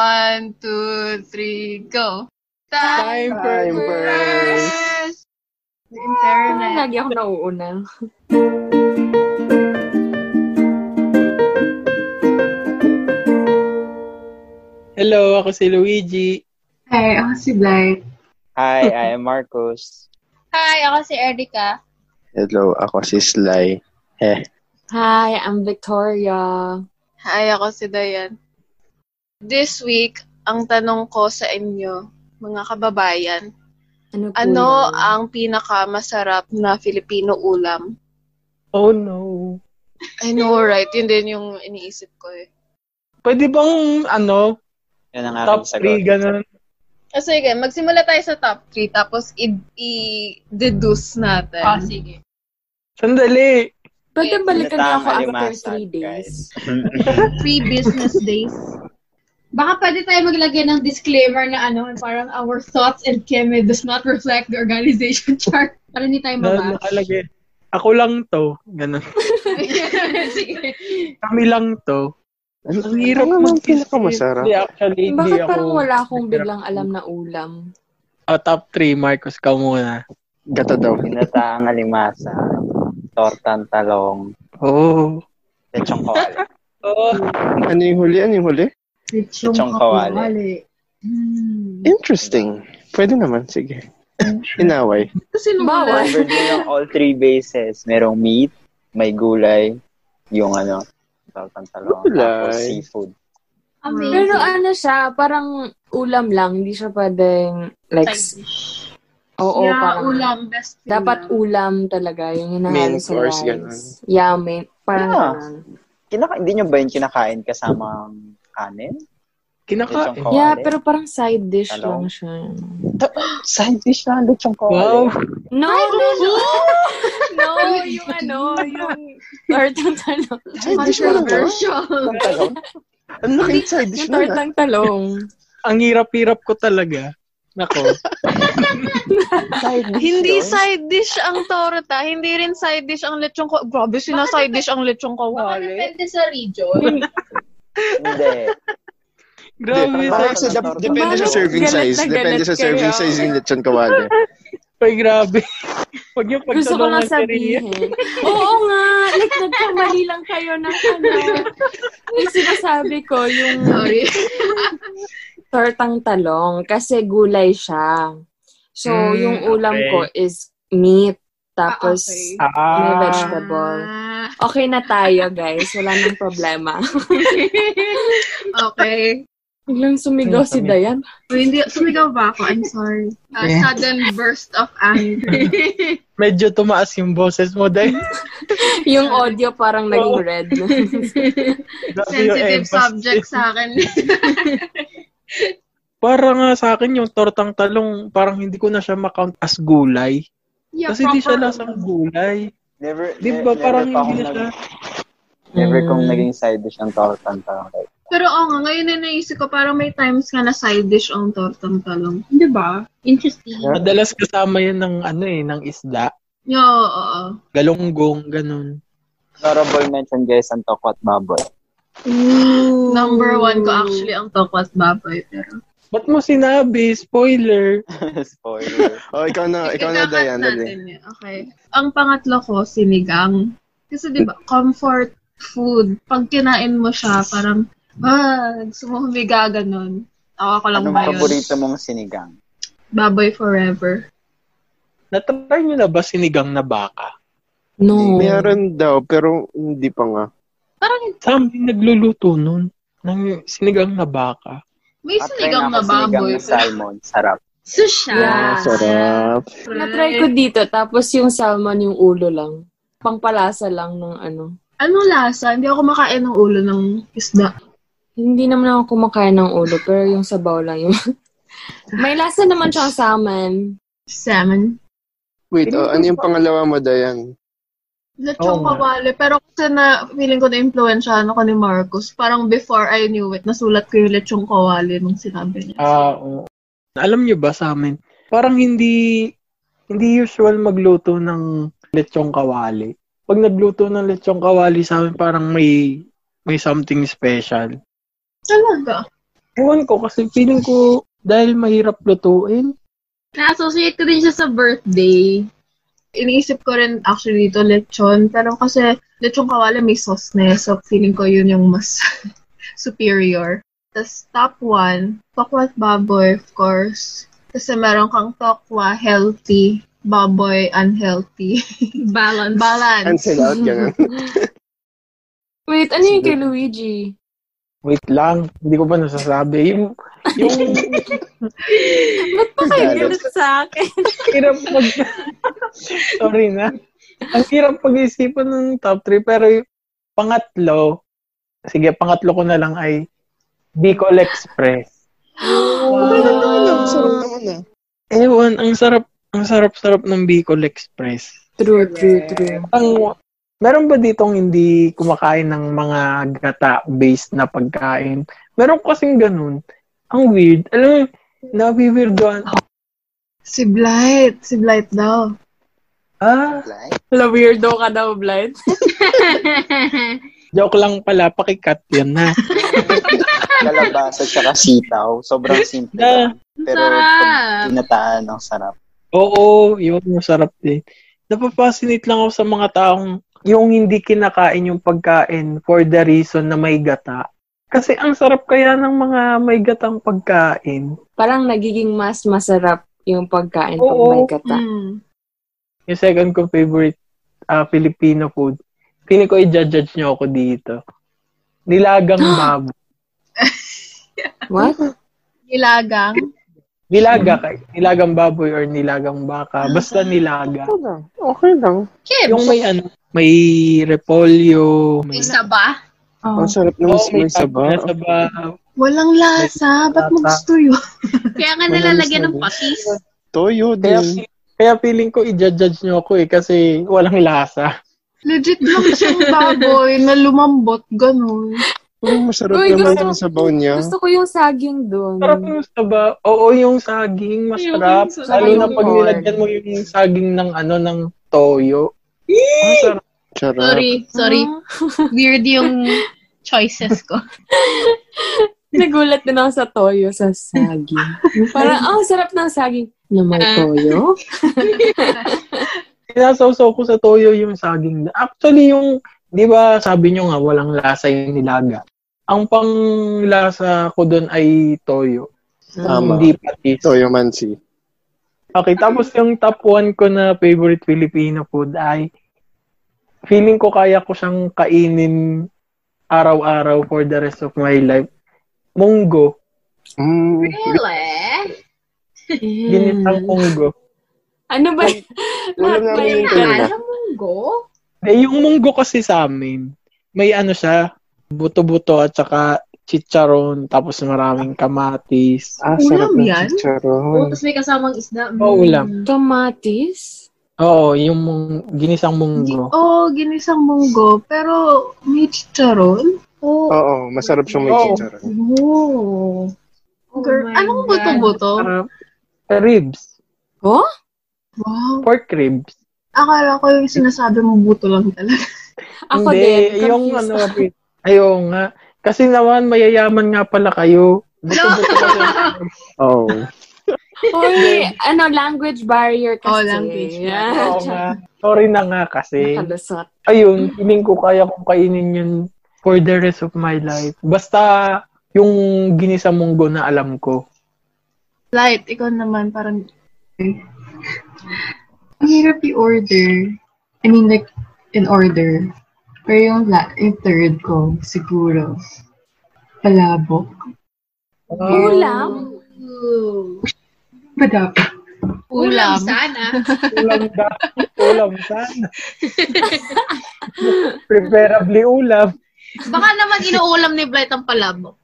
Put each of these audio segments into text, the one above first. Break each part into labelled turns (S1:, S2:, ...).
S1: One, two, three, go.
S2: Time
S3: Time
S2: first.
S1: first. The internet.
S2: Lagi ako nauuna.
S3: Hello, ako si Luigi.
S1: Hi, ako si Blight.
S4: Hi, I am Marcos.
S5: Hi, ako si Erica.
S6: Hello, ako si Sly. Eh,
S2: Hi, I'm Victoria.
S1: Hi, ako si Dayan. This week, ang tanong ko sa inyo, mga kababayan,
S2: Ano, po
S1: ano
S2: yun?
S5: Ah,
S1: ang pinakamasarap na Filipino ulam?
S3: Oh no.
S1: I know, right? Yun din yung iniisip ko eh.
S3: Pwede bang, ano,
S4: Yan ang
S3: top
S4: aking sagot.
S3: 3, ganun?
S1: Kasi Ah, sige, magsimula tayo sa top 3 tapos i- i-deduce natin.
S5: Oh, sige.
S3: Sandali.
S2: Pwede balikan niyo ako
S4: Alitang
S2: after
S4: alimasag,
S2: three
S4: guys.
S2: days.
S1: Free business days.
S5: Baka pwede tayo maglagay ng disclaimer na ano, parang our thoughts and Kemet does not reflect the organization chart. Para hindi tayo
S3: Na,
S5: mabash.
S3: nakalagay. Ako lang to. Ganun.
S5: sige.
S3: Kami lang to.
S6: ano,
S3: Ang hirap
S6: ano naman
S3: mag-isip.
S6: pinakamasarap?
S3: Hindi, actually, hindi
S2: Bakit
S3: ako.
S2: parang wala akong
S3: nahirap.
S2: biglang alam na ulam?
S3: Oh, top 3, Marcos, ka muna.
S6: Gata daw.
S4: Pinataang alimasa. Tortang talong.
S3: Oh.
S4: Lechong kawali.
S3: Oh.
S6: Ano yung huli? Ano yung huli?
S4: Lechong kawali.
S1: Hmm.
S6: Interesting. Pwede naman, sige. Inaway.
S2: Bawal.
S4: Covered yun ang all three bases. Merong meat, may gulay, yung ano, tortang talong.
S6: Gulay.
S4: Tapos seafood.
S5: Amazing.
S2: Pero ano siya, parang ulam lang. Hindi siya pwedeng, like, s-
S5: Side dish.
S2: oo,
S5: yeah,
S2: parang,
S5: ulam. Best food
S2: dapat
S5: ulam.
S2: ulam talaga. Yung hinahalo
S6: Main
S2: sa
S6: course,
S2: rice.
S6: ganun.
S2: Yeah, main. Parang
S4: Yeah.
S2: ganun.
S4: Kinaka hindi nyo ba yung kinakain kasama ang kanin?
S3: Kinakain.
S4: Kawali?
S2: Yeah, pero parang side dish lang
S4: Talong?
S2: siya.
S4: Side dish na lechong
S3: Wow.
S4: kawali.
S2: No,
S1: Ano?
S2: no, no. no, yung ano, yung tortang talong.
S6: Side dish na lang. ba?
S5: Controversial.
S4: Tortang talong?
S6: Ang laki side dish
S2: Yung
S6: na lang.
S2: tortang talong.
S3: Ang hirap-hirap ko talaga. Nako.
S1: Hindi side dish ang torta, hindi rin side dish ang lechong ko. Grabe, sina-side dish ang lechong
S5: Baka
S1: kawali.
S5: depende sa region.
S4: Hindi.
S3: Grabe.
S6: Parang
S3: sa
S6: sa dep- depende sa serving
S2: Galit na
S6: size.
S2: galit
S6: Depende sa
S2: kayo.
S6: serving size yung lechon kawali.
S3: Ay, grabe. Huwag niyo
S2: Gusto ko
S3: pagtulungan
S2: lang
S3: si Ria.
S2: sabihin. Oo nga, like nagkamali lang kayo ng ano. Like sinasabi ko, yung
S5: Sorry.
S2: tortang talong, kasi gulay siya. So,
S3: Mm,
S2: yung ulam
S3: okay.
S2: ko is meat, tapos
S5: Ah,
S2: may
S3: Ah.
S2: vegetable. Okay na tayo, guys. Wala nang problema.
S1: Ah,
S5: okay.
S2: Biglang sumigaw si Dayan.
S5: O, hindi, sumigaw ba ako? I'm sorry. A
S3: Okay.
S5: Ah, sudden burst of anger.
S3: Medyo tumaas yung boses mo dahil
S2: Yung audio parang naging red.
S3: grabe yung
S5: Sensitive
S3: emphasis.
S5: subject sa akin.
S3: Para nga sa akin, yung tortang talong, parang hindi ko na siya makount as gulay.
S5: Yeah,
S3: Kasi di siya
S5: proper-
S3: lasang gulay.
S4: Never,
S3: Di
S4: ne-
S3: ba
S4: never
S3: parang
S4: Eh, pa akong
S3: hindi na
S4: nag-
S3: siya... Hmm.
S4: Never kong
S2: Mm.
S4: naging side dish ang tortang talong.
S5: Pero oo nga, ngayon na naisip ko, parang may times nga na side dish ang tortang talong. Di ba? Interesting.
S4: Yeah.
S3: Madalas kasama yan ng ano eh, ng isda.
S5: Yo, oo.
S3: Galonggong, ganun.
S4: Honorable mention guys ang toko at baboy.
S5: Number one ko actually ang tokwat baboy. Pero...
S3: Ba't mo sinabi? Spoiler!
S4: Spoiler.
S6: Oh, ikaw na, ikaw na,
S5: Itakat
S6: Dayan. Dali.
S5: natin yun. Okay. Ang pangatlo ko, sinigang. Kasi di ba, comfort food. Pag kinain mo siya, parang, ah, gusto mo humiga, ganun. Ako, ako lang
S4: Anong
S5: ba yun?
S4: paborito mong sinigang?
S5: Baboy forever.
S3: Natry niyo na ba sinigang na baka?
S2: No.
S6: Meron daw, pero hindi pa nga.
S5: Parang,
S3: Saan nagluluto nun? Ng sinigang na baka.
S5: may
S4: At
S5: sinigang
S4: try
S5: na
S4: ako, sinigang
S5: baboy.
S4: na salmon. Sarap.
S5: Susha.
S2: Yeah.
S6: Sarap.
S2: Na-try ko dito, tapos yung salmon yung ulo lang. Pangpalasa lang ng ano.
S5: Anong lasa? Hindi ako makain ng ulo ng isda.
S2: Hindi naman ako kumakain ng ulo, pero yung sabaw lang yung... May lasa naman siyang salmon.
S5: Salmon.
S6: Wait, oh, ano yung pangalawa mo, Dayan?
S5: Lechong
S3: Oo nga.
S5: kawali. Pero kasi na, feeling ko na-influensyahan ako ni Marcos. Parang before I knew it, nasulat ko yung lechong kawali nung sinabi niya.
S3: Ah, oo. Alam niyo ba sa amin, parang hindi hindi usual magluto ng lechong kawali. Pag nagluto ng lechong kawali sa amin, parang may may something special.
S5: Talaga.
S3: Ewan ko kasi feeling ko dahil mahirap lutuin.
S5: Na-associate ko din siya sa birthday. Iniisip ko rin actually dito lechon, pero kasi lechon kawala may sauce na eh, so feeling ko yun yung mas superior. Tapos top one, tokwa at baboy, of course. Kasi meron kang tokwa, healthy, baboy, unhealthy.
S2: Balance.
S5: Balance.
S6: Cancel out, ganun.
S2: Wait, ano yung kay Luigi?
S3: Wait lang, hindi ko pa nasasabi. Yung, yung
S2: Ba't pa kayo galit sa akin?
S3: hirap mag... Sorry na. Ang hirap pag-isipan ng top 3 pero yung pangatlo, sige, pangatlo ko na lang ay Bicol Express.
S6: Ang sarap naman ah.
S3: Ewan, ang sarap, ang sarap-sarap ng Bicol Express.
S2: True, true, true.
S3: Ang, meron ba ditong hindi kumakain ng mga gata-based na pagkain? Meron kasing ganun. Ang weird. Alam mo, nabiwirdoan.
S5: Si Blight. Si Blight daw.
S3: Ah,
S2: La weirdo ka daw, Blind.
S3: joke lang pala. Pakikat yan na.
S4: Kalabasa tsaka sitaw. Sobrang simple
S3: Ah,
S4: lang. Pero pag tinataan, ang sarap.
S3: Oo, yun. Masarap din. Napapascinate lang ako sa mga taong yung hindi kinakain yung pagkain for the reason na may gata. Kasi ang sarap kaya ng mga may gatang pagkain.
S2: Parang nagiging mas masarap yung pagkain pag
S3: Oo.
S2: may gata.
S5: Mm.
S3: Yung second kong favorite ah, Filipino food. Pili ko i-judge nyo ako dito. Nilagang baboy.
S2: What?
S5: Nilagang.
S3: Nilaga ka. Nilagang baboy or nilagang baka. Basta nilaga.
S6: Ito lang. Okay lang.
S5: Kim,
S3: Yung may ano, may repolyo,
S5: may
S3: may,
S5: saba?
S6: Ang sarap naman
S3: oh,
S6: sa
S3: may
S6: may saba.
S3: na saba.
S5: Walang lasa. Ba't mo
S3: Lasa.
S5: gusto yun?
S7: Kaya nga nalalagyan ng patis.
S6: Toyo
S3: Kaya,
S6: din.
S3: kaya feeling ko i-judge nyo ako eh kasi walang lasa.
S5: Legit lang siyang baboy na lumambot, ganun.
S6: Oo, masarap
S2: Uy,
S6: naman
S2: gusto-
S6: yung sabaw niya.
S2: Gusto ko yung saging doon.
S3: Sarap yung saba. Oo, yung saging masarap.
S7: Yung
S3: Lalo
S2: saging
S3: na pag
S2: corn.
S3: nilagyan mo yung saging ng ano, ng toyo. Ang sarap.
S6: Charap.
S7: Sorry, sorry.
S2: Ah,
S7: Weird yung choices ko.
S2: nagulat din ako sa toyo sa saging. Parang, ang sarap ng saging na may
S7: Ah.
S2: toyo.
S3: sinasawsaw ko sa toyo yung saging. Actually, yung, di ba sabi nyo nga, walang lasa yung nilaga. Ang panglasa ko doon ay toyo.
S6: Tama.
S3: Hindi patis.
S6: Toyo man si.
S3: Okay, tapos yung top 1 ko na favorite Filipino food ay feeling ko kaya ko siyang kainin araw-araw for the rest of my life. Munggo.
S6: Mm,
S7: Really?
S2: Mm.
S3: Ginitang munggo.
S2: Ano ba? Lahat
S6: namin
S2: may
S6: yung
S2: gata.
S7: Alam mo go?
S3: Eh, yung munggo kasi sa amin, may ano siya, buto-buto at saka chicharon, tapos maraming kamatis.
S6: ah,
S5: Ulam
S6: sarap ng
S5: yan?
S3: Ano?
S7: Oh,
S6: chicharon.
S7: tapos may kasamang
S5: Hmm.
S7: isda.
S3: Oo, ulam.
S2: Tomatis?
S3: Oo, yung mung- ginisang munggo.
S5: Oo, oh, ginisang munggo. Pero may chicharon?
S7: Oh.
S5: Oo.
S6: Oo, masarap siyang may
S3: Oo.
S6: chicharon.
S5: Oh. Girl, ano
S7: my
S5: anong
S7: God.
S5: buto-buto?
S3: Sarap. Ribs.
S2: Oh?
S5: Wow.
S3: Pork ribs.
S5: Akala ko yung sinasabi mo buto lang talaga.
S2: Ako
S3: Hindi,
S2: din.
S3: yung
S2: confused
S3: ano,
S2: ako.
S3: rib- ayaw nga. Kasi naman, mayayaman nga pala kayo. Buto-buto kasi.
S6: Oo.
S2: Uy, ano, language barrier kasi.
S5: Oh, language barrier.
S3: Oo nga. Sorry na nga kasi.
S2: Nakalusot.
S3: Ayun, feeling ko kaya kong kainin yun for the rest of my life. Basta yung ginisang munggo na alam ko.
S5: Light, ikaw naman, parang... Ang hirap i-order. I mean, like, in order. Pero yung, la- yung third ko, siguro, palabok.
S3: Oh.
S2: Ulam?
S7: Ooh.
S5: Ba dapat?
S7: Ulam.
S5: Ulam.
S7: sana.
S3: Ulam da. ulam sana. Preferably ulam.
S7: Baka naman inuulam ni Blight ang palabok.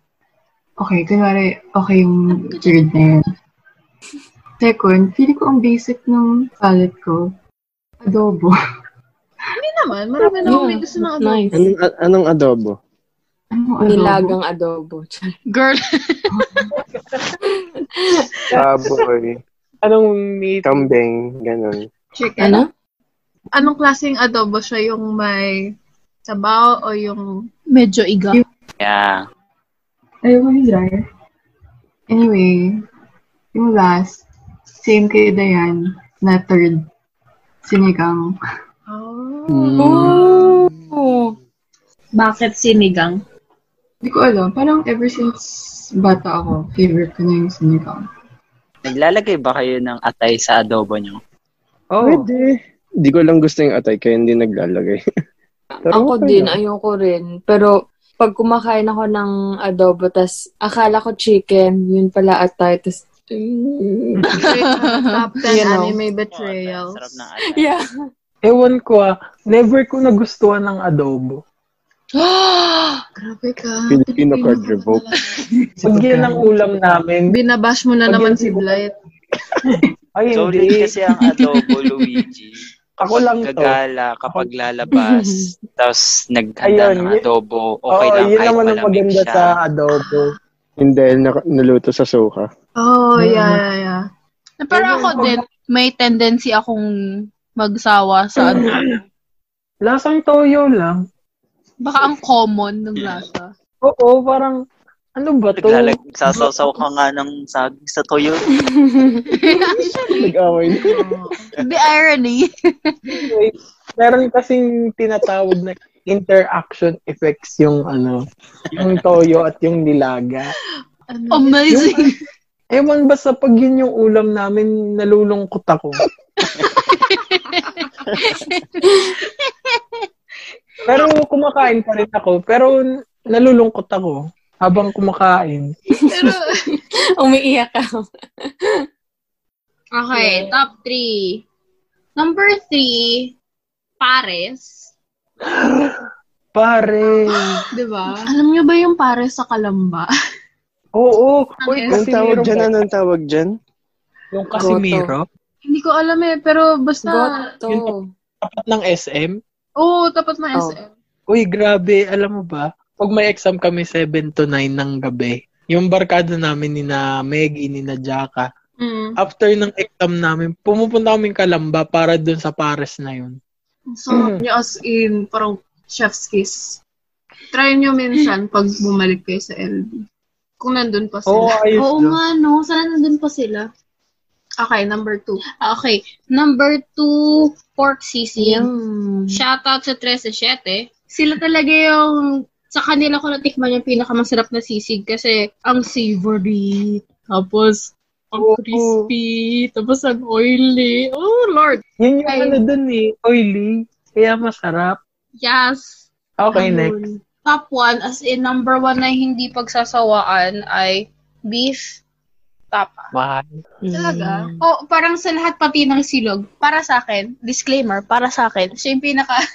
S5: Okay, kunwari, okay yung third na yun. Second, feeling ko ang basic ng palate ko, adobo.
S7: Hindi naman, marami na
S2: Yeah,
S7: may gusto ng adobo.
S2: Nice.
S3: Ano?
S6: Anong, a- anong adobo?
S5: Ano adobo?
S2: Nilagang adobo.
S7: Girl,
S6: Baboy,
S3: Anong meat?
S6: kambing, ganun.
S5: Chicken.
S2: Ano?
S5: Anong klaseng adobo siya? Yung may sabaw o yung...
S7: medyo iga.
S4: Yeah.
S5: Ayoko yung dryer. Anyway, yung last, same kay Dayan, na third, sinigang.
S6: Hmm.
S3: Ano
S2: Oh.
S7: Bakit sinigang?
S5: Hindi ko alam, parang ever since bata ako, favorite ko na yung sinigang.
S4: Naglalagay ba kayo ng atay sa adobo nyo?
S6: Pwede. Hindi ko lang gusto yung atay, kaya hindi naglalagay. Pero
S2: Ako
S6: okay
S2: din,
S6: lang.
S2: ayoko rin. Pero pag kumakain ako ng adobo, tas akala ko chicken, yun pala atay, tas...
S5: Top 10
S2: You know.
S5: anime betrayals.
S4: Betrayal. Sarap ng atay.
S2: yeah.
S3: Ewan ko ah, never ko nagustuhan ng adobo.
S5: Grabe ka.
S6: Filipino
S5: Pilipino
S6: card
S5: ka
S6: revoke.
S5: talaga.
S3: Pag yan ang ulam namin,
S5: Binabash mo na
S3: Pag
S5: naman
S3: yun-
S5: si Blight.
S3: ay
S4: Solid
S3: hindi,
S4: kasi ang adobo, Luigi.
S3: ako lang to.
S4: Gagala kapag lalabas, tapos
S3: Ayun,
S4: naghanda ng
S3: yun-
S4: adobo,
S3: Oo,
S4: okay lang
S3: yun
S4: kahit
S3: naman ang
S4: malamig
S3: maganda
S4: siya.
S3: sa adobo.
S6: Yung dahil na, naluto sa soka.
S5: Oh,
S3: Mm.
S5: yeah, yeah, yeah.
S7: Eh, Pero ako din, may tendency akong magsawa sa ano.
S3: Lasang toyo lang.
S7: Baka ang common ng lasa.
S3: Oo, parang, ano ba to?
S4: Naglalag, sasawsaw ka nga ng saging sa toyo.
S6: Nag-away na.
S7: The irony.
S3: Anyway, meron kasing tinatawag na interaction effects yung ano, yung toyo at yung nilaga.
S5: Ano
S7: Oh, Amazing.
S3: Ewan ba sa pag yun yung ulam namin, nalulungkot ako. pero kumakain pa rin ako. Pero nalulungkot ako habang kumakain.
S7: Pero,
S2: Umiiyak ako.
S7: okay, top three. Number three, Pares.
S3: Pare!
S5: Di ba?
S7: Alam nyo ba yung Pares sa Kalamba?
S3: Oo! Uy,
S6: Anong tawag
S3: Casimiro
S6: dyan?
S3: ba?
S6: Anong tawag dyan?
S3: Yung Casimiro?
S5: Hindi ko alam eh, pero basta...
S2: Goto.
S3: Tapat ng SM?
S5: Oo, oh, tapat na
S2: Oh.
S5: SM.
S3: Uy, grabe. Alam mo ba? Pag may exam kami 7 to 9 ng gabi, yung barkada namin ni na Maggie, ni na Jaka,
S5: Mm.
S3: after ng exam namin, pumupunta kami Kalamba para dun sa Pares na yun.
S5: So,
S3: Mm-hmm.
S5: nyo as in, parang chef's kiss. Try nyo minsan pag bumalik kayo sa LB. Kung nandun pa
S3: Oo,
S5: sila.
S3: ayos
S7: Oo
S3: dun.
S7: nga, no? Sana nandun pa sila.
S5: Okay, number two.
S7: Ah, Okay, number two, Pork Sisig.
S2: Yum.
S7: Shoutout sa 13-7. Sila talaga yung, sa kanila ko natikman yung pinakamasarap na sisig kasi ang savory, tapos ang
S3: Oo.
S7: crispy, tapos ang oily. Oh, Lord!
S3: Yun yung
S7: Ay.
S3: ano dun eh, oily. Kaya masarap.
S7: Yes!
S3: Okay,
S7: Ayun.
S3: next.
S7: Top one, as in number one na hindi pagsasawaan ay beef tapa.
S3: Mahal.
S7: Talaga? Oh, parang sa lahat pati ng silog. Para sa akin, disclaimer, para sa akin, siya yung pinaka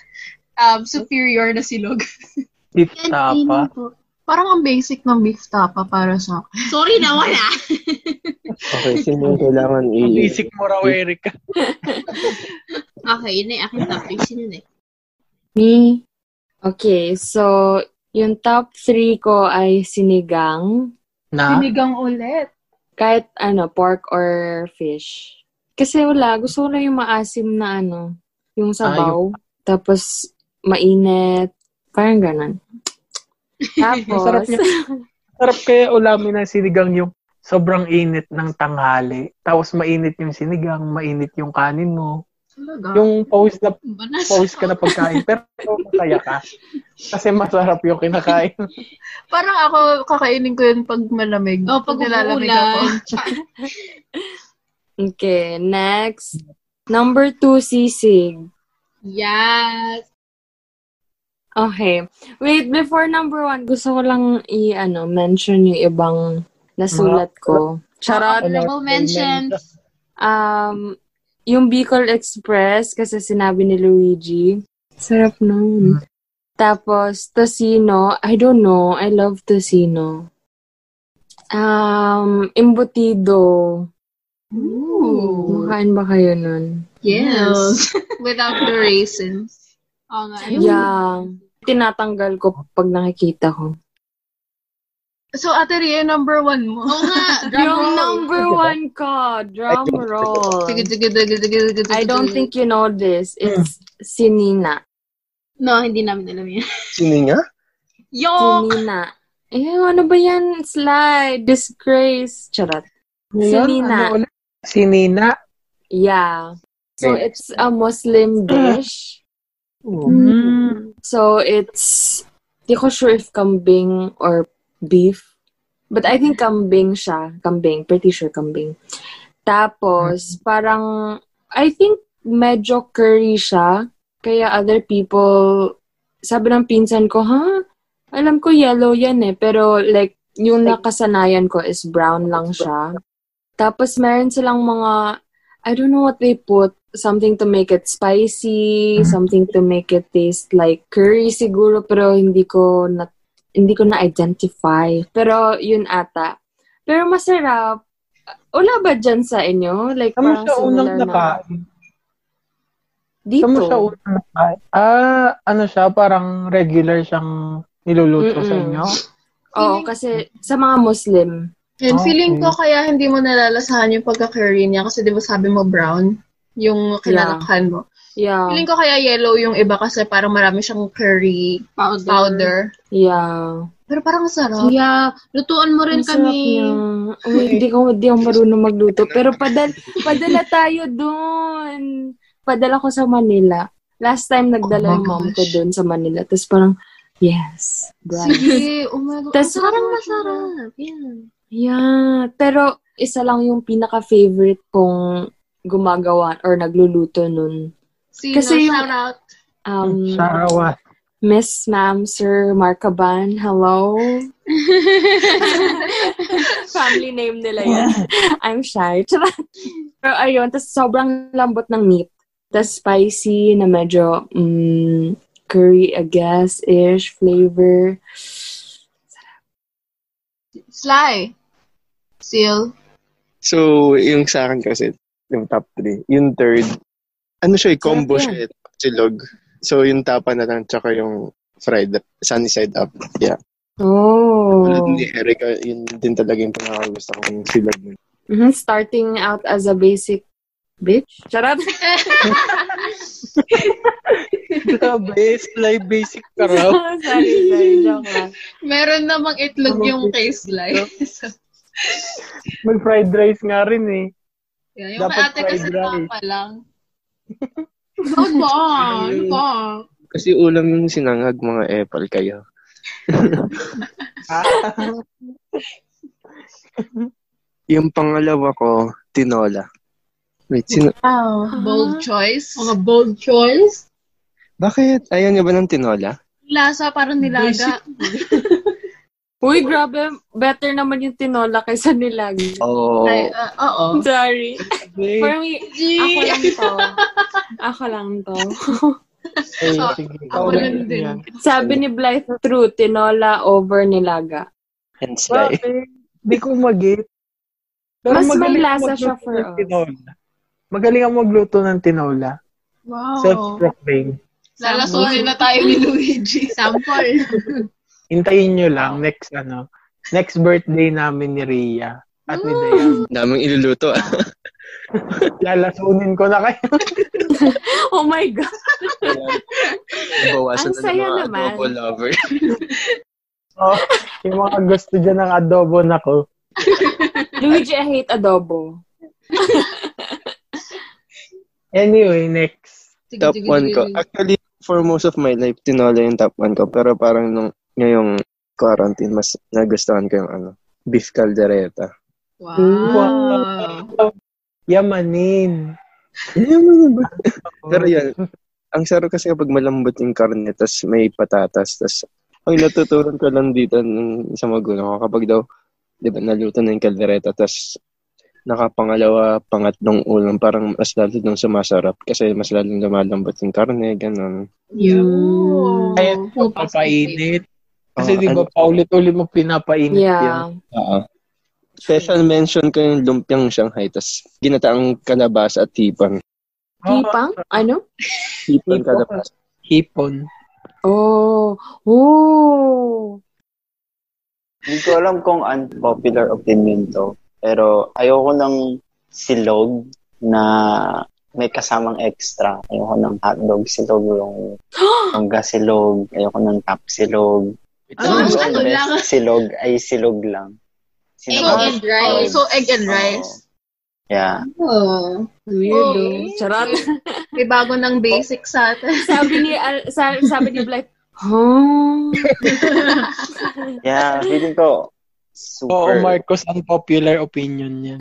S7: um, superior na silog.
S3: Beef
S7: Yan,
S3: tapa.
S7: yun po.
S5: Parang ang basic ng beef tapa para sa akin.
S7: Sorry na wala.
S6: Okay, sino yung kailangan i...
S3: Ang basic mo raw, Erica.
S7: okay, yun na yung aking topic. Sino na?
S2: Me? Okay, so yung top 3 ko ay sinigang,
S3: Na?
S5: Sinigang ulit.
S2: kahit ano, pork or fish. Kasi wala, gusto ko lang yung maasim na ano, yung sabaw, tapos mainit, parang ganun.
S3: Masarap
S2: Tapos,
S3: yun. Sarap kaya ulamin ng sinigang yung sobrang init ng tanghali. Tapos mainit yung sinigang, mainit yung kanin mo.
S5: Talaga.
S3: Yung pause na
S7: Banas.
S3: pause ka na pagkain. Pero masaya ka. Kasi masarap yung kinakain.
S5: Parang ako, kakainin ko yun pag malamig.
S7: Oh, pag
S5: nilalamig
S7: umuulan.
S2: okay, next. Number 2, sisig.
S7: Yes.
S2: Okay. Wait, before number one, gusto ko lang i-ano, mention yung ibang nasulat ko. Charot.
S7: Honorable mentions.
S2: Um, yung Bicol Express, kasi sinabi ni Luigi. Sarap
S5: Hmm.
S2: nun. Tapos, Tocino. I don't know. I love Tocino. Um, Embutido.
S5: Ooh.
S2: Kumakain ba kayo nun?
S5: Yes.
S7: Yes.
S5: Without the raisins.
S7: Oo Oh, nga. Yung,
S2: Yeah. Tinatanggal ko pag nakikita ko.
S5: So, Ate Ria, number one mo.
S7: Oo nga. Drum
S2: yung
S7: roll.
S2: number one ko. Drum roll.
S5: Sige, sige, sige, sige, sige, sige. Hmm.
S2: I don't think you know this. It's Sinina.
S7: No, hindi namin alam yun.
S6: Sino nga?
S7: Yo!
S2: Sinina. Eh, ano ba yan? Slide, disgrace, charot. Si
S3: Ngayon,
S2: Nina.
S3: Ano ulit? Si Nina.
S2: Yeah. So
S6: Okay.
S2: it's a Muslim dish. Mm-hmm.
S3: Mm.
S2: So it's, di ko sure if kambing or beef. But I think kambing siya. Kambing. Pretty sure kambing. Tapos, parang, I think medyo curry siya. Kaya other people, sabi ng pinsan ko, ha? Alam ko yellow yan eh. Pero like, yung nakasanayan ko is brown lang siya. Tapos meron silang mga, I don't know what they put. Something to make it spicy, something to make it taste like curry siguro, pero hindi ko na, hindi ko na-identify. Pero yun ata. Pero masarap. Wala ba dyan sa inyo? Like,
S3: Kamu
S2: parang
S3: siya unang
S2: similar na.
S3: nakain?
S2: Dito.
S3: Kamu siya unang nakain? Ah, ano siya? Parang regular siyang niluluto sa
S2: Mm-mm.
S3: inyo?
S2: Oo, kasi sa mga Muslim.
S5: And
S3: Okay.
S5: feeling ko kaya hindi mo nalalasahan yung pagka-curry niya kasi di ba sabi mo brown yung kinalakhan mo.
S2: Yeah.
S5: Feeling ko kaya yellow yung iba kasi parang marami siyang curry
S7: Powder.
S5: powder.
S2: Yeah.
S5: Pero parang ang sarap.
S7: Yeah, lutuan mo rin
S2: Ang sarap
S7: kami.
S2: niya. Uy, hindi ko hindi ako marunong magluto, pero padal padala tayo doon. Padala ko sa Manila. Last time
S5: Oh
S2: nagdala
S5: my
S2: yung mom ko
S5: gosh.
S2: doon sa Manila. Tapos parang, yes, bride.
S5: Sige, oh my God.
S2: Tas
S5: Ang
S2: parang
S5: sarap.
S7: Masarap. Yeah.
S2: Yeah. Pero isa lang yung pinaka-favorite kong gumagawa or nagluluto nun.
S5: Sino?
S2: Kasi yung-
S5: Shout out.
S2: Um,
S3: Sarawat.
S2: Miss, Ma'am, Sir, Markaban, hello. Family name nila yun. I'm shy. Charot. Pero ayun, tas sobrang lambot ng meat. Tas spicy na medyo mm, curry, I guess-ish flavor.
S5: Sly. Seal.
S6: So, yung sa akin kasi, yung top 3. Yung third, ano siya, eh, combo
S2: Sarap
S6: siya, eh, silog. So, yung tapa na lang, tsaka yung fried, sunny side up. Yeah.
S2: Oh.
S6: Tulad ni Erica, yun din talaga yung pinakagusto kong silog. nun.
S2: Mhm, Starting out as a basic bitch. Charot.
S3: Grabe, sly basic ka raw.
S2: sorry, sorry. Joke lang.
S5: Meron namang itlog yung kay Sly. so,
S3: May fried rice nga rin eh.
S5: yeah, yung kay
S3: Dapat
S5: ate kasi
S3: fried rice.
S5: papa lang. Ano ba? Ano ba?
S6: Kasi ulam yung sinangag mga apple kayo.
S3: Ah.
S6: Yung pangalawa ko, tinola. Wait, sino?
S5: Bold choice.
S7: Mga bold choice.
S6: Bakit? Ayaw niya ba ng tinola?
S5: Lasa parang nilaga.
S2: Uy, grabe. Better naman yung tinola kaysa nilaga.
S6: Oo.
S5: Ay, ah, oo.
S2: Sorry.
S3: Grabe.
S2: For me, ako lang to. Ako lang to.
S3: Eh,
S5: Ah,
S3: sige.
S5: Ako
S3: Wala
S5: lang
S3: na
S5: din.
S3: yan.
S2: Sabi ni Blythe, true, tinola over nilaga.
S6: And sly.
S3: Bakit? Hindi ko mag-get. Pero
S2: Mas may
S3: magaling ako
S2: lasa siya
S3: magluto
S2: for
S3: ng
S2: us.
S3: tinola. Magaling ang magluto ng tinola.
S5: Wow.
S3: Self-proclaim.
S5: Lalasunin na tayo ni Luigi. Sample.
S3: Hintayin nyo lang next ano, next birthday namin ni Rhea at ni
S2: Mm.
S3: Dayan.
S6: Daming iluluto. ah.
S3: Lalasunin ko na kayo.
S2: Oh my God.
S6: Bawasan
S2: Ang saya
S6: na ng mga
S2: naman.
S6: adobo lover.
S3: Oh, yung mga gusto dyan ng adobo na ko.
S2: Luigi, I hate adobo.
S3: Anyway, next.
S6: top 1 ko. Actually, for most of my life, tinola yung top 1 ko. Pero parang nung ngayong quarantine, mas nagustuhan ko yung ano, beef caldereta.
S5: Wow.
S3: Yamanin. Oh.
S6: Pero yun, ang sarap kasi kapag malambot yung karne, tas may patatas, tas ang natutunan ko lang dito ng isang magulang ko kapag daw, di ba, naluto na yung kaldereta, tas nakapangalawa, pangatlong ulam, parang mas lalo nung sumasarap kasi mas lalong lumalambot yung karne, ganun.
S7: Yeah.
S2: Mm.
S3: Kaya papainit. Kasi
S6: Oo,
S3: di ba,
S6: ano-
S3: paulit-ulit mo pinapainit yan.
S2: Yeah.
S6: Oo. Special mention ko yung lumpiang Shanghai, tas ginataang kalabasa at hipon.
S2: Tipang? Ano?
S3: Hipon.
S6: Hipon kalabasa.
S3: Hipon.
S2: Oh. Oh.
S4: Hindi ko alam kung unpopular opinion to. Pero ayoko ng silog na may kasamang extra. Ayoko ng hotdog silog, yung tongga silog, ayoko ng tap silog.
S1: Ah,
S4: Ang
S1: ano
S4: best
S1: lang?
S4: silog ay silog lang.
S7: Egg
S4: Sinabang-
S7: and rice.
S5: oh, So, egg and
S4: Oo.
S5: rice.
S4: Yeah.
S7: Oh.
S2: Weirdo. Charot.
S5: May bago ng basic sa atin.
S2: sabi ni, Al- sa- sabi ni Black, huh?
S4: Yeah, feeling
S3: Oo,
S4: ko
S3: Oh,
S4: super.
S3: Marcos, ang popular opinion niya.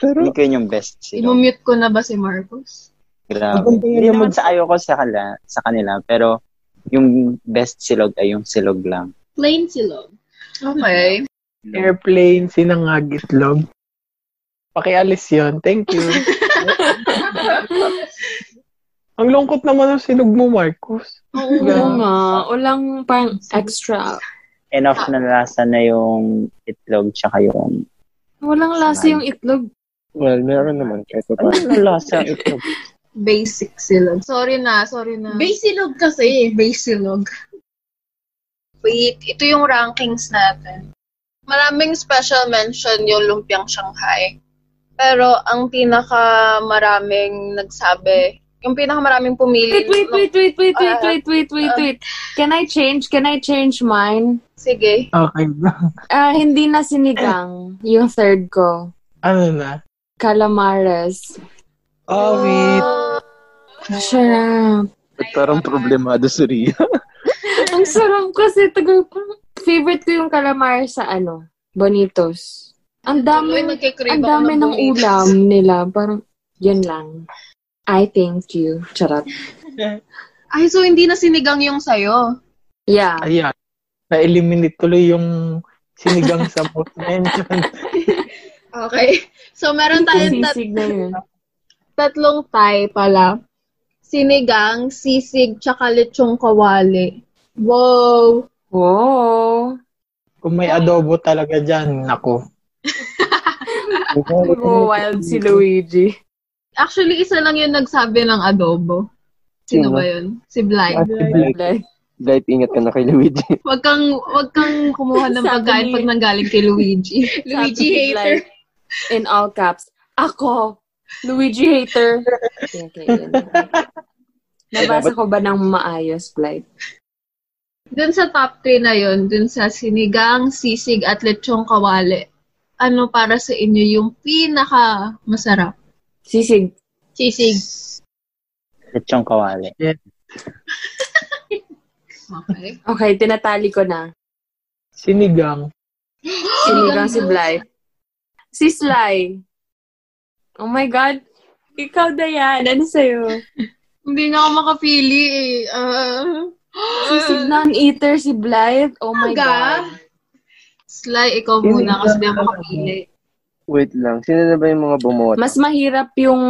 S4: Hindi ko yun yung best silog.
S5: Imumute ko na ba si Marcos?
S4: Grabe.
S3: Maganda yun
S4: Hindi naman
S3: naman.
S4: sa ayoko sa kanila, sa kanila, pero yung best silog ay yung silog lang.
S7: Plain silog.
S5: Okay.
S3: Airplane, sinangag, itlog. Pakialis yun. Thank you. ang lungkot naman ng silog mo, Marcos.
S2: Oo nga. Walang parang extra.
S4: Enough na lasa na yung itlog tsaka yung
S2: Walang lasa yung itlog.
S6: Well, meron naman. Kahit pa
S4: ano
S6: paano.
S4: yung lasa ng itlog?
S5: Basic silog. Sorry na, sorry na.
S7: Basilog kasi. Basilog.
S1: Wait, ito yung rankings natin. Maraming special mention yung lumpiang Shanghai. Pero ang pinaka maraming nagsabi, yung pinaka maraming pumili.
S2: Wait, wait, wait, wait, wait, wait, wait, wait, wait, wait. Can I change? Can I change mine?
S1: Sige.
S3: Okay.
S2: Ah, hindi na sinigang. Yung third ko.
S3: ano na?
S2: Calamares.
S3: Oh, wait.
S1: Ah.
S2: Sarap.
S6: Ba't parang problemado si Ria?
S2: Ang sarap kasi. Tagal favorite ko yung calamares sa ano. Bonitos. Ang
S1: Uy,
S2: dami,
S1: magkikrave
S2: ang
S1: ako
S2: dami ng
S1: bonitos.
S2: ulam nila. Parang, yun lang. I thank you. Charot.
S1: Ay, so hindi na sinigang yung sayo.
S2: Yeah.
S3: Ayan. Na-eliminate tuloy yung sinigang sa most mention.
S1: Okay. So, meron tayong tat-
S2: Sisig na yun.
S1: tatlong Thai pala. Sinigang, sisig, tsaka lechong kawali. Wow!
S2: Wow.
S3: Kung may adobo talaga dyan, nako.
S2: Go wild si Luigi.
S5: Actually, isa lang yung nagsabi ng adobo. Sino
S6: Sino?
S5: ba yun? Si Blind.
S6: Light, light, ingat ka na kay Luigi.
S5: Wag kang, wag kang kumuha ng
S2: Sabi
S5: pagkain
S2: ni-
S5: pag nanggaling kay Luigi.
S2: Luigi hater. in all caps. Ako, Luigi hater. Okay, okay, yun. Nabasa ko ba ng maayos, Blight?
S5: Dun sa top 3 na yun, dun sa sinigang, sisig, at lechong kawali, ano para sa inyo yung pinaka masarap?
S2: Sisig.
S7: Sisig.
S4: Lechong kawali.
S5: Okay.
S2: Okay, tinatali ko na.
S3: Sinigang.
S2: Sinigang si Blight. Si Sly. Oh my God. Ikaw, Dayan. Ano sa'yo?
S5: Hindi na ako makapili eh. Ah.
S2: Sisig non-eater si Blight. Oh my
S5: Talaga?
S2: God.
S5: Sly, ikaw muna kasi di ako makapili.
S6: Wait lang. Sino na ba yung mga bumoto?
S2: Mas mahirap yung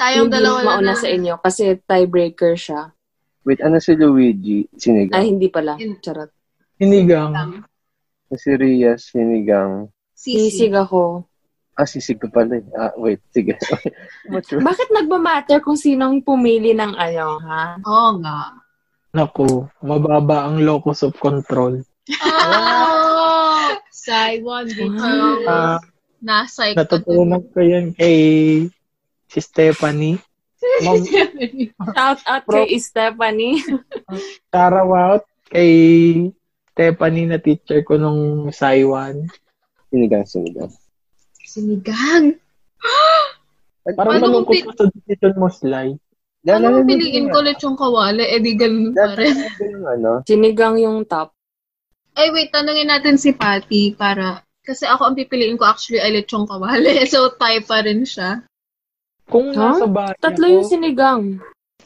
S5: Tayong
S2: hindi
S5: dalawa na
S2: mauna
S5: lang.
S2: sa inyo kasi tiebreaker siya.
S6: Wait, ano si Luigi? Sinigang.
S2: Ay, hindi pala.
S5: In-
S2: Charot.
S3: Sinigang.
S6: Si Ria, sinigang.
S5: Sisig.
S2: Sisig ako.
S6: Ah, sisig ka pala eh. Ah, wait. Sige. Mature.
S2: Bakit nagmamatter kung sinong pumili ng ano, ha?
S5: Oo nga.
S3: Nako, mababa ang locus of control.
S7: Oh! Saiwan.
S3: Ah,
S5: Nasa
S3: natutunan ko yan kay si Stephanie. Ma'am
S2: Shout out kay Stephanie.
S3: shout out kay Stephanie na teacher ko nung Saiwan.
S6: Sinigang, sinigang.
S5: Sinigang.
S3: Parang
S5: Ano
S3: malungkot
S5: pin-
S3: ko sa decision mo, Sly.
S5: Ano kung piliin ko ulit yung kawali? Eh di ganun pa rin.
S6: ano?
S2: Sinigang yung top.
S5: Ay wait, tanungin natin si Patty para... Kasi ako ang pipiliin ko actually ay lechong kawali. So, tie pa rin siya.
S3: Kung
S2: Huh?
S3: nasa bahay
S2: Tatlo
S3: ako,
S2: yung sinigang.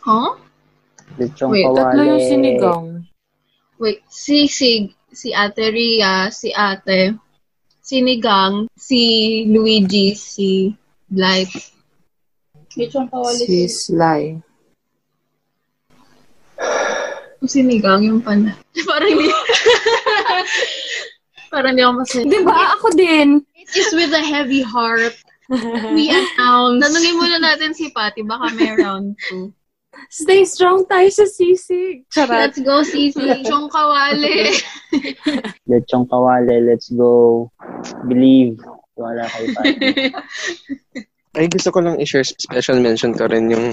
S5: Huh?
S4: Lechong
S5: Wait,
S4: kawali.
S2: Tatlo yung sinigang.
S5: Wait, sisig, si Ate Ria, si Ate, sinigang, si Luigi, si Blight.
S7: Lechong kawali.
S2: Si Sly.
S5: Yung sinigang, yung pana. Parang hindi. Parang hindi ako masaya.
S2: Di ba? Diba? Ako din.
S5: It is with a heavy heart. We announce. Tanungin muna natin si Patty. Baka may round two.
S2: Stay strong tayo sa sisig. Charot.
S5: Let's go, sisig. Chong kawali.
S4: Lechong kawali. Let's go. Believe. Wala kay Patty.
S6: Ay, gusto ko lang i-share special mention ko rin yung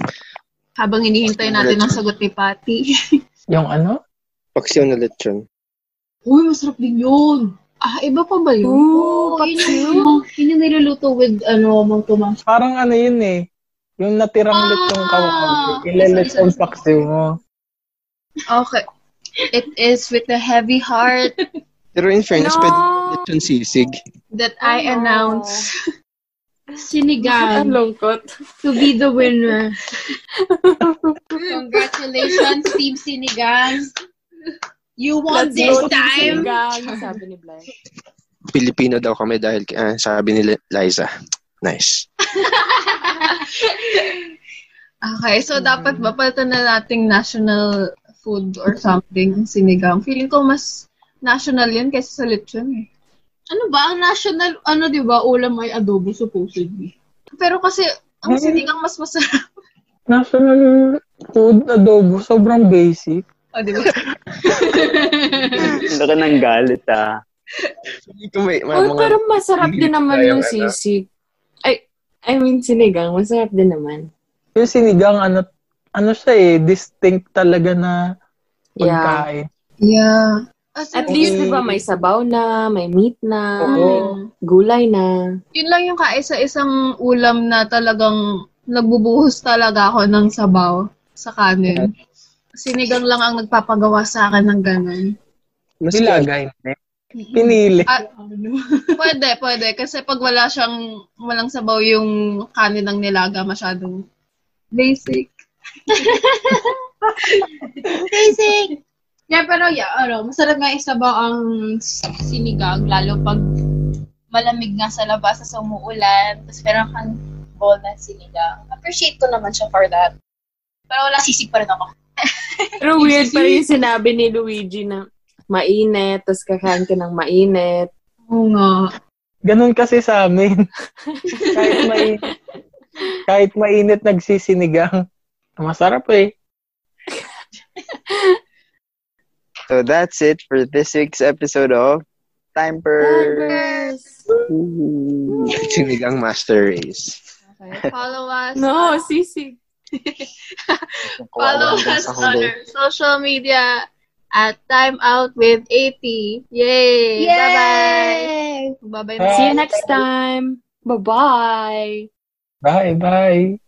S5: Habang hinihintay natin ang sagot ni Patty.
S3: yung ano?
S6: paksiw na lechon.
S7: Uy, masarap din yun.
S5: Ah, iba pa ba yun?
S2: Ooh,
S7: Oo, yun yung, yun yung niluluto with, ano, mga tumas.
S3: Parang ano yun eh. Yung natirang
S7: Ah!
S3: lechong kawakabi.
S7: Isa,
S3: Ilelechong
S7: isa, isa.
S3: paksiw mo.
S5: Okay. It is with a heavy heart
S6: Pero in fairness,
S2: No.
S6: pwede lechon sisig.
S5: that I
S2: Ano?
S7: Oh,
S5: announce
S2: Ang
S7: Sinigang
S2: lungkot.
S7: to be the winner. Congratulations, Team Sinigang. You won
S2: Let's
S7: this
S2: go, Team
S7: time.
S2: Sinigang, Sabi ni Blair.
S6: Pilipino daw kami dahil ah, sabi ni Liza. Nice.
S5: Okay,
S7: Mm.
S5: so dapat ba palitan na nating national food or something sinigang? Feeling ko mas national yun kaysa sa lechon eh.
S7: ano ba? Ang national, ano, di ba? Ulam may adobo, supposedly.
S5: Pero kasi ang
S3: Hmm.
S5: sinigang mas masarap.
S3: National food adobo. Sobrang basic.
S5: O,
S7: Oh,
S5: di ba?
S4: Laki ng Ano galit ah.
S6: Hindi ko may, may
S2: Uy,
S6: mga-
S2: pero masarap
S6: hindi
S2: din naman
S6: kaya,
S2: yung
S6: ano.
S2: sisig. Ay, I mean sinigang. Masarap din naman.
S3: Yung sinigang, ano, ano siya eh, distinct talaga na
S2: Yeah.
S3: pagkain.
S5: Yeah. As
S2: At
S5: in,
S2: least,
S3: Okay.
S2: di ba, may sabaw na, may meat na,
S3: Oo.
S2: may gulay na.
S5: yun lang yung kaisa-isang ulam na talagang nagbubuhos talaga ako ng sabaw sa kanin. Sinigang lang ang nagpapagawa sa akin ng ganun.
S6: Mas
S3: Nilagay. Pinili.
S5: Ah,
S7: Ano?
S5: Pwede, pwede. Kasi pag wala siyang, walang sabaw yung kanin ng nilaga, masyadong basic.
S7: Amazing! Yeah, pero yeah, ano, masarap nga isabaw ang sinigang, lalo pag malamig nga sa labas, sa umuulan, tapos meron kang bowl ng sinigang. Appreciate ko naman siya for that. Pero wala sisig pa rin ako.
S2: Pero weird pa rin yung sinabi ni Luigi na mainit, tapos kakain ka ng mainit.
S5: Oo nga.
S3: Ganun kasi sa amin. kahit may kahit mainit nagsisinigang. Masarap eh.
S4: So that's it for this week's episode of Time Per. Ooh.
S6: Sinigang Master Race.
S5: Okay. Follow us.
S2: No, sisig. Oh,
S5: Follow us on our social media at Time Out with 80. Yay! Bye-bye! Bye-bye.
S2: See you next time. Bye-bye.
S3: Bye, bye.